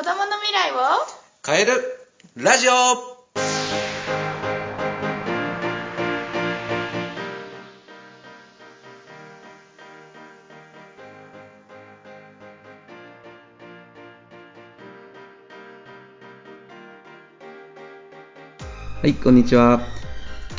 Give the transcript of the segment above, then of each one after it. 未来を変えるラジオはい、こんにちは。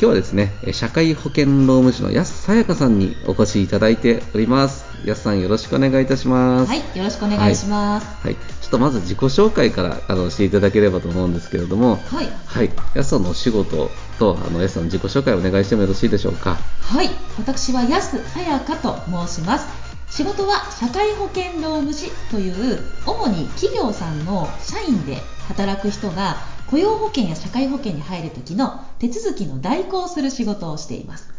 今日はですね、え社会保険労務士の安さやかさんにお越しいただいております。安さんよろしくお願いいたします。はい、よろしくお願いします。はい、ちょっとまず自己紹介からあのしていただければと思うんですけれども、はい、はい、やすさんのお仕事とあのやすさんの自己紹介をお願いしてもよろしいでしょうか。はい、私は安さやかと申します。仕事は社会保険労務士という主に企業さんの社員で働く人が雇用保険や社会保険に入る時の手続きの代行をする仕事をしています。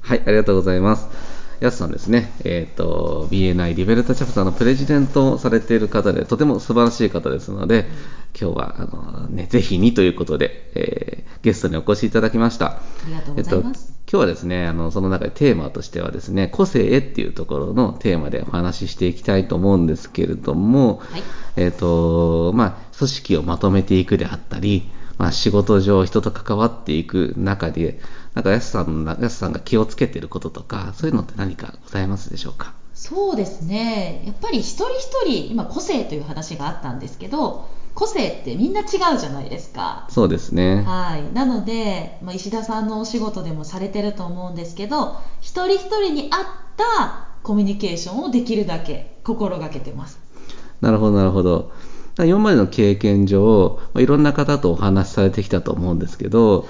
はい、ありがとうございます。やすさんですね、えっ、と、BNI リベルタチャプターのプレジデントをされている方で、とても素晴らしい方ですので、今日は、あの、ね、ぜひにということで、えーゲストにお越しいただきました。ありがとうえごっざいと、今ます。日はですね、あの、その中でテーマとしてはですね、個性っていうところのテーマでお話ししていきたいと思うんですけれども、はい、えっ、と、まあ、組織をまとめていくであったり、まあ、仕事上人と関わっていく中で、なんか安さんの、安さんが気をつけてることとか、そういうのって何かございますでしょうかそうですね。やっぱり一人一人今個性という話があったんですけど、個性ってみんな違うじゃないですか。そうですね。はい、なので、まあ、石田さんのお仕事でもされてると思うんですけど一人一人に合ったコミュニケーションをできるだけ心がけてますなるほど、なるほど。だから今までの経験上、まあ、いろんな方とお話しされてきたと思うんですけど、はい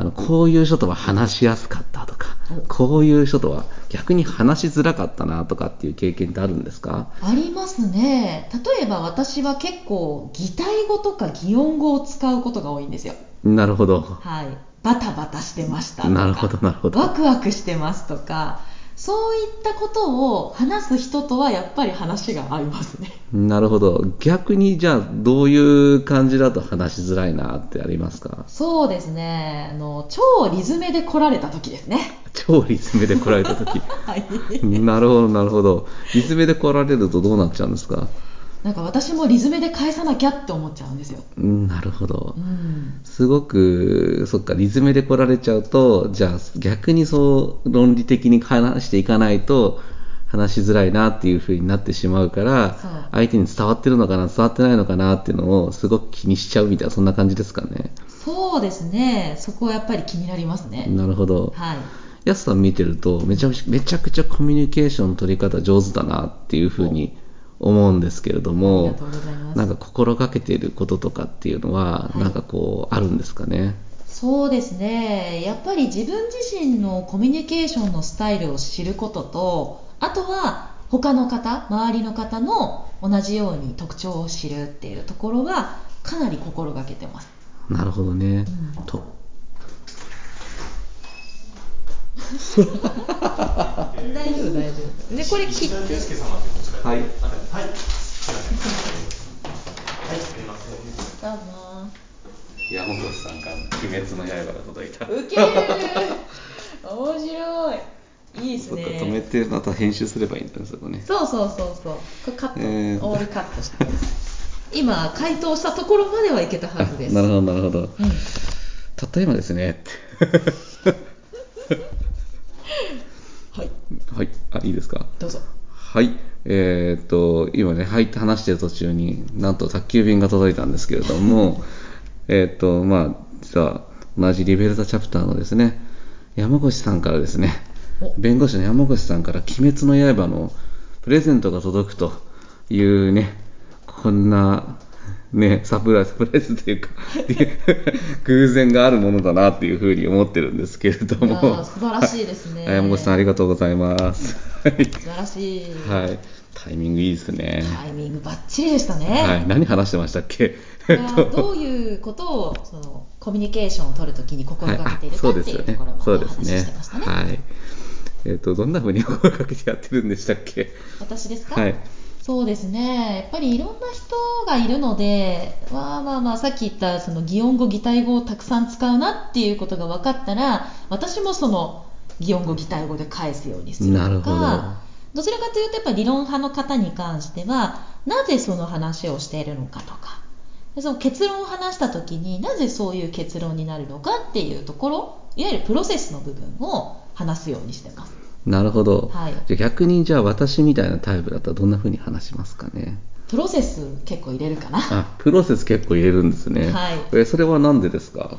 あのこういう人とは話しやすかったとかお、こういう人とは逆に話しづらかったなとかっていう経験ってあるんですかありますね例えば私は結構擬態語とか擬音語を使うことが多いんですよなるほど。はいバタバタしてましたとかなるほど、なるほど。ワクワクしてますとかそういったことを話す人とはやっぱり話が合いますねなるほど。逆にじゃあ、どういう感じだと話しづらいなってありますかそうですねあの超リズメで来られた時ですね超リズムで来られた 時はいなるほど、なるほど。リズムで来られるとどうなっちゃうんですかなんか私もリズムで返さなきゃって思っちゃうんですよ。うんなるほどう。ん、すごく、そっか、リズムで来られちゃうと、じゃあ逆にそう、論理的に話していかないと、話しづらいなっていう風になってしまうからそう、相手に伝わってるのかな、伝わってないのかなっていうのをすごく気にしちゃうみたいな、そんな感じですかね。そうですね。そこはやっぱり気になりますね。なるほど。はい。やすさん見てるとめちゃくちゃめちゃくちゃコミュニケーションの取り方上手だなっていうふうに思うんですけれどありもがとうございまなんす。か心がけていることとかっていうのは、はいなんかこうあるんですかねそうですね。やっぱり自分自身のコミュニケーションのスタイルを知ることと、あとは他の方、周りの方の同じように特徴を知るっていうところはかなり心がけてます。なるほどね、うんと大丈夫大丈夫。でこれ切って。圭介様ってこちらではいあはい。すいません。はい、すみません。どうも。山本さんから「鬼滅の刃」が届いたウケる面白いいいですねてまた編集すればいいんだねそこねそうそうそうそうこれカット、えーオールカットして今回答したところまではいけたはずですなるほどなるほどうん、例えばですねはいはいあいいですかどうぞはい、えーっと今ね、はい、話してる途中になんと宅急便が届いたんですけれど もえーっとまあ実は同じリベルタチャプターのですね山越さんからですねお弁護士の山越さんから「鬼滅の刃」のプレゼントが届くというねこんなねサプライズサプライズという か偶然があるものだなっていうふうに思ってるんですけれどいやーも素晴らしいですねはい 山越さんありがとうござい ます。はい素晴らしい、はい、タイミングいいですね。タイミングバッチリでしたね、はい、何話してましたっけ？いやーどういうことをそのコミュニケーションを取るときに心がけているかそうってですいようとねころ。そも、うねですお話ししてましたね。ね、はい。えっ、とどんな風に声かけてやってるんでしたっけ？私ですか、はい。そうですねやっぱりいろんな人がいるのでまあまあまあさっき言ったその擬音語擬態語をたくさん使うなっていうことが分かったら私もその擬音語擬態語で返すようにするなるとほど。かどちらかというとやっぱ理論派の方に関してはなぜその話をしているのかとかでその結論を話した時になぜそういう結論になるのかっていうところいわゆるプロセスの部分を話すようにしてますなるほど、はいじゃあ逆にじゃあ私みたいなタイプだったらどんな風に話しますかねプロセス結構入れるかな結あプロセス結構入れるんですね、はいえそれはなんでですか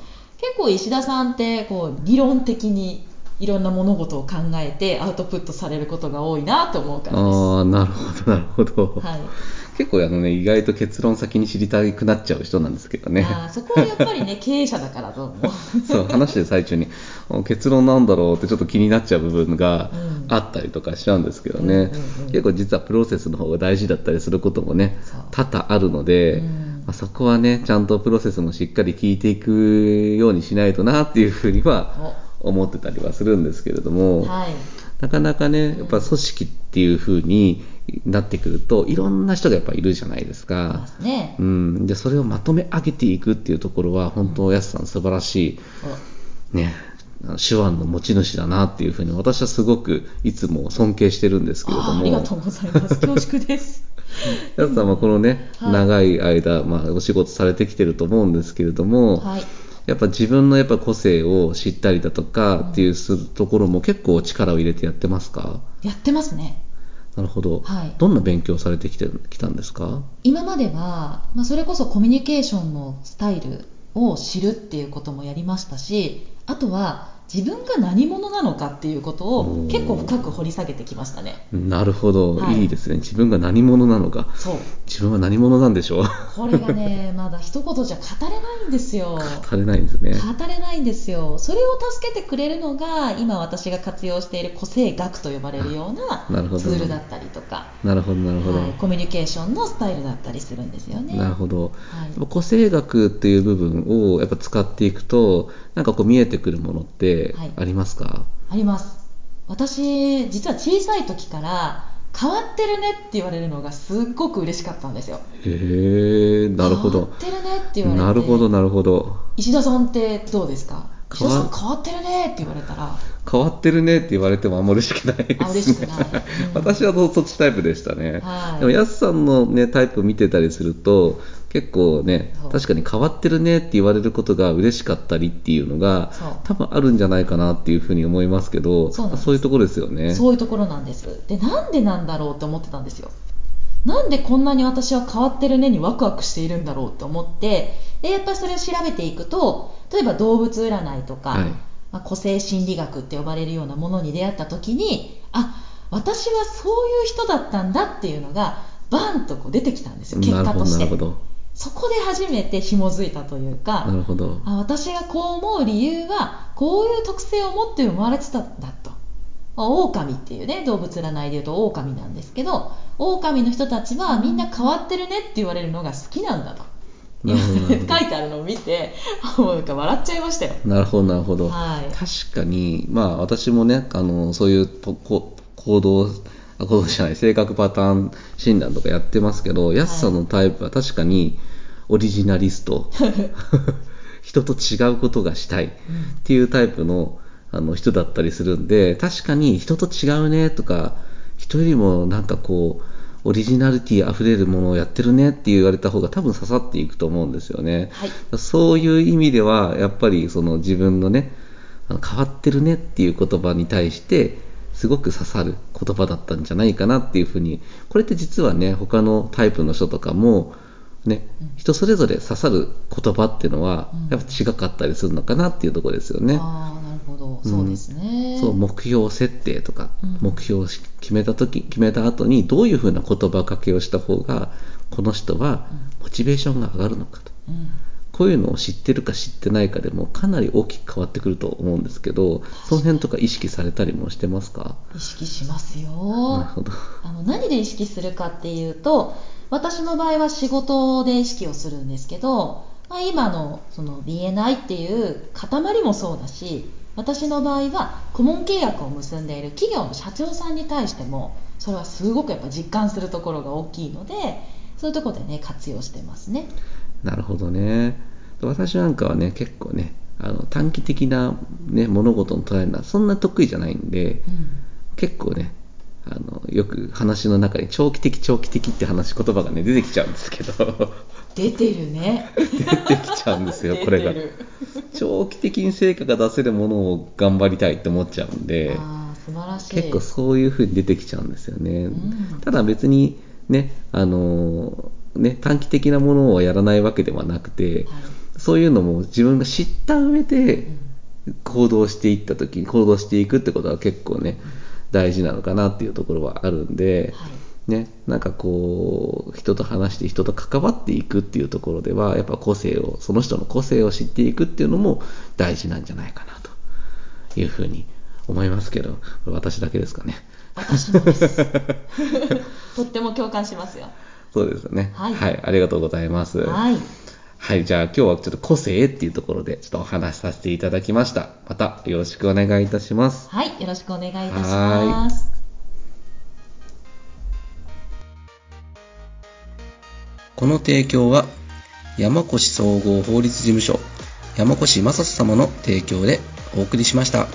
構石田さんってこう理論的にいろんな物事を考えてアウトプットされることが多いなと思うからですああなるほどなるほど、はい結構あのね意外と結論先に知りたくなっちゃう人なんですけどねあーそこはやっぱりね経営者だからと思う そう話してる最中にお結論なんだろうってちょっと気になっちゃう部分がうんあったりとかしちゃうんですけどね、うんうんうん結構実はプロセスの方が大事だったりすることもねそう多々あるので、うんまあ、そこはねちゃんとプロセスもしっかり聞いていくようにしないとなっていうふうには思ってたりはするんですけれども、はいなかなかねやっぱ組織っていうふうになってくるといろんな人がやっぱいるじゃないですいまか。すねうん、でそれをまとめ上げていくっていうところは本当、やすさん素晴らしいね、手腕の持ち主だなっていうふうに私はすごくいつも尊敬してるんですけれどあーあも、りがとうございます恐縮ですやすさんはこのね、はい長い間、まあ、お仕事されてきてると思うんですけれども、はいやっぱ自分のやっぱ個性を知ったりだとかっていうするところも結構力を入れてやってますかやってますねなるほど、はいどんな勉強されてきてきたんですか今までは、まあ、それこそコミュニケーションのスタイルを知るっていうこともやりましたしあとは自分が何者なのかっていうことおーを結構深く掘り下げてきましたねなるほど、はいいいですね自分が何者なのかそう自分は何者なんでしょう これがねまだ一言じゃ語れないんですよ語れないんですね語れないんですよそれを助けてくれるのが今私が活用している個性学と呼ばれるようななるほどツールだったりとか、なるほどなるほど、はい、コミュニケーションのスタイルだったりするんですよねなるほど、はいやっぱ個性学っていう部分をやっぱ使っていくとなんかこう見えてくるものってはいありますか、あります私実は小さい時から変わってるねって言われるのがすっごく嬉しかったんですよへえなるほど変わってるねって言われてなるほどなるほど石田さんってどうですか石変田わさん変わってるねって言われたら変わってるねって言われてもあんま嬉しくないです、ね、あ嬉しくない、うん私はそっちタイプでしたね、はいでもやすさんの、ね、タイプ見てたりすると結構ねそう確かに変わってるねって言われることが嬉しかったりっていうのがそう多分あるんじゃないかなっていうふうに思いますけどそうなんですそういうところですよねそういうところなんですでなんでなんだろうって思ってたんですよなんでこんなに私は変わってるねにワクワクしているんだろうと思ってでやっぱりそれを調べていくと例えば動物占いとか、はいまあ、個性心理学って呼ばれるようなものに出会った時にあ私はそういう人だったんだっていうのがバンとこう出てきたんですよ結なる果ほどとしなてるほどそこで初めて紐づいたというかなるほどあ私がこう思う理由はこういう特性を持って生まれてたんだと。まあ狼っていうね動物占いでいうと狼なんですけど狼の人たちはみんな変わってるねって言われるのが好きなんだとなるほどな 書るほどいてあるのを見てもうなんか笑っちゃいましたよ。なるほどなるほど、はい確かにまあ私もねあのそういうとこ行動あ行動じゃない性格パターン診断とかやってますけど、やすさんのタイプは確かにオリジナリス ト人と違うことがしたいっていうタイプのあの人だったりするんで確かに人と違うねとか人よりもなんかこうオリジナリティあふれるものをやってるねって言われた方が多分刺さっていくと思うんですよね。はいそういう意味ではやっぱりその自分のねあの変わってるねっていう言葉に対してすごく刺さる言葉だったんじゃないかなっていうふうにこれって実はね他のタイプの人とかもね人それぞれ刺さる言葉っていうのはうんやっぱ違かったりするのかなっていうところですよね。ああなるほどそうですね。そう目標設定とか、うん目標を決めた時決めた後にどういうふうな言葉かけをした方がこの人はモチベーションが上がるのかとうんこういうのを知ってるか知ってないかでもかなり大きく変わってくると思うんですけどその辺とか意識されたりもしてますか意識しますよ。なるほど あの何で意識するかっていうと私の場合は仕事で意識をするんですけど、まあ、今のその BNI っていう塊もそうだし私の場合は顧問契約を結んでいる企業の社長さんに対してもそれはすごくやっぱ実感するところが大きいのでそういうところでね活用してますね。なるほどね私なんかはね結構ねあの短期的な、ね、物事の捉えるのはそんな得意じゃないんでうん結構ねあのよく話の中に長期的長期的って話言葉がね出てきちゃうんですけど 出てるね出てきちゃうんですよこれが出てる長期的に成果が出せるものを頑張りたいって思っちゃうんでああ素晴らしい結構そういうふうに出てきちゃうんですよね、うんただ別にねあのーね短期的なものをやらないわけではなくて、はいそういうのも自分が知った上でうん行動していった時に行動していくってことは結構ね大事なのかなっていうところはあるんで、はいね、なんかこう人と話して人と関わっていくっていうところではやっぱ個性をその人の個性を知っていくっていうのも大事なんじゃないかなというふうに思いますけどこれ私だけですかね私もです とっても共感しますよそうですよねはいありがとうございますはいはいじゃあ今日はちょっと個性っていうところでちょっとお話しさせていただきましたまたよろしくお願いいたしますはいよろしくお願いいたしますこの提供は山越総合法律事務所山越正人様の提供でお送りしました。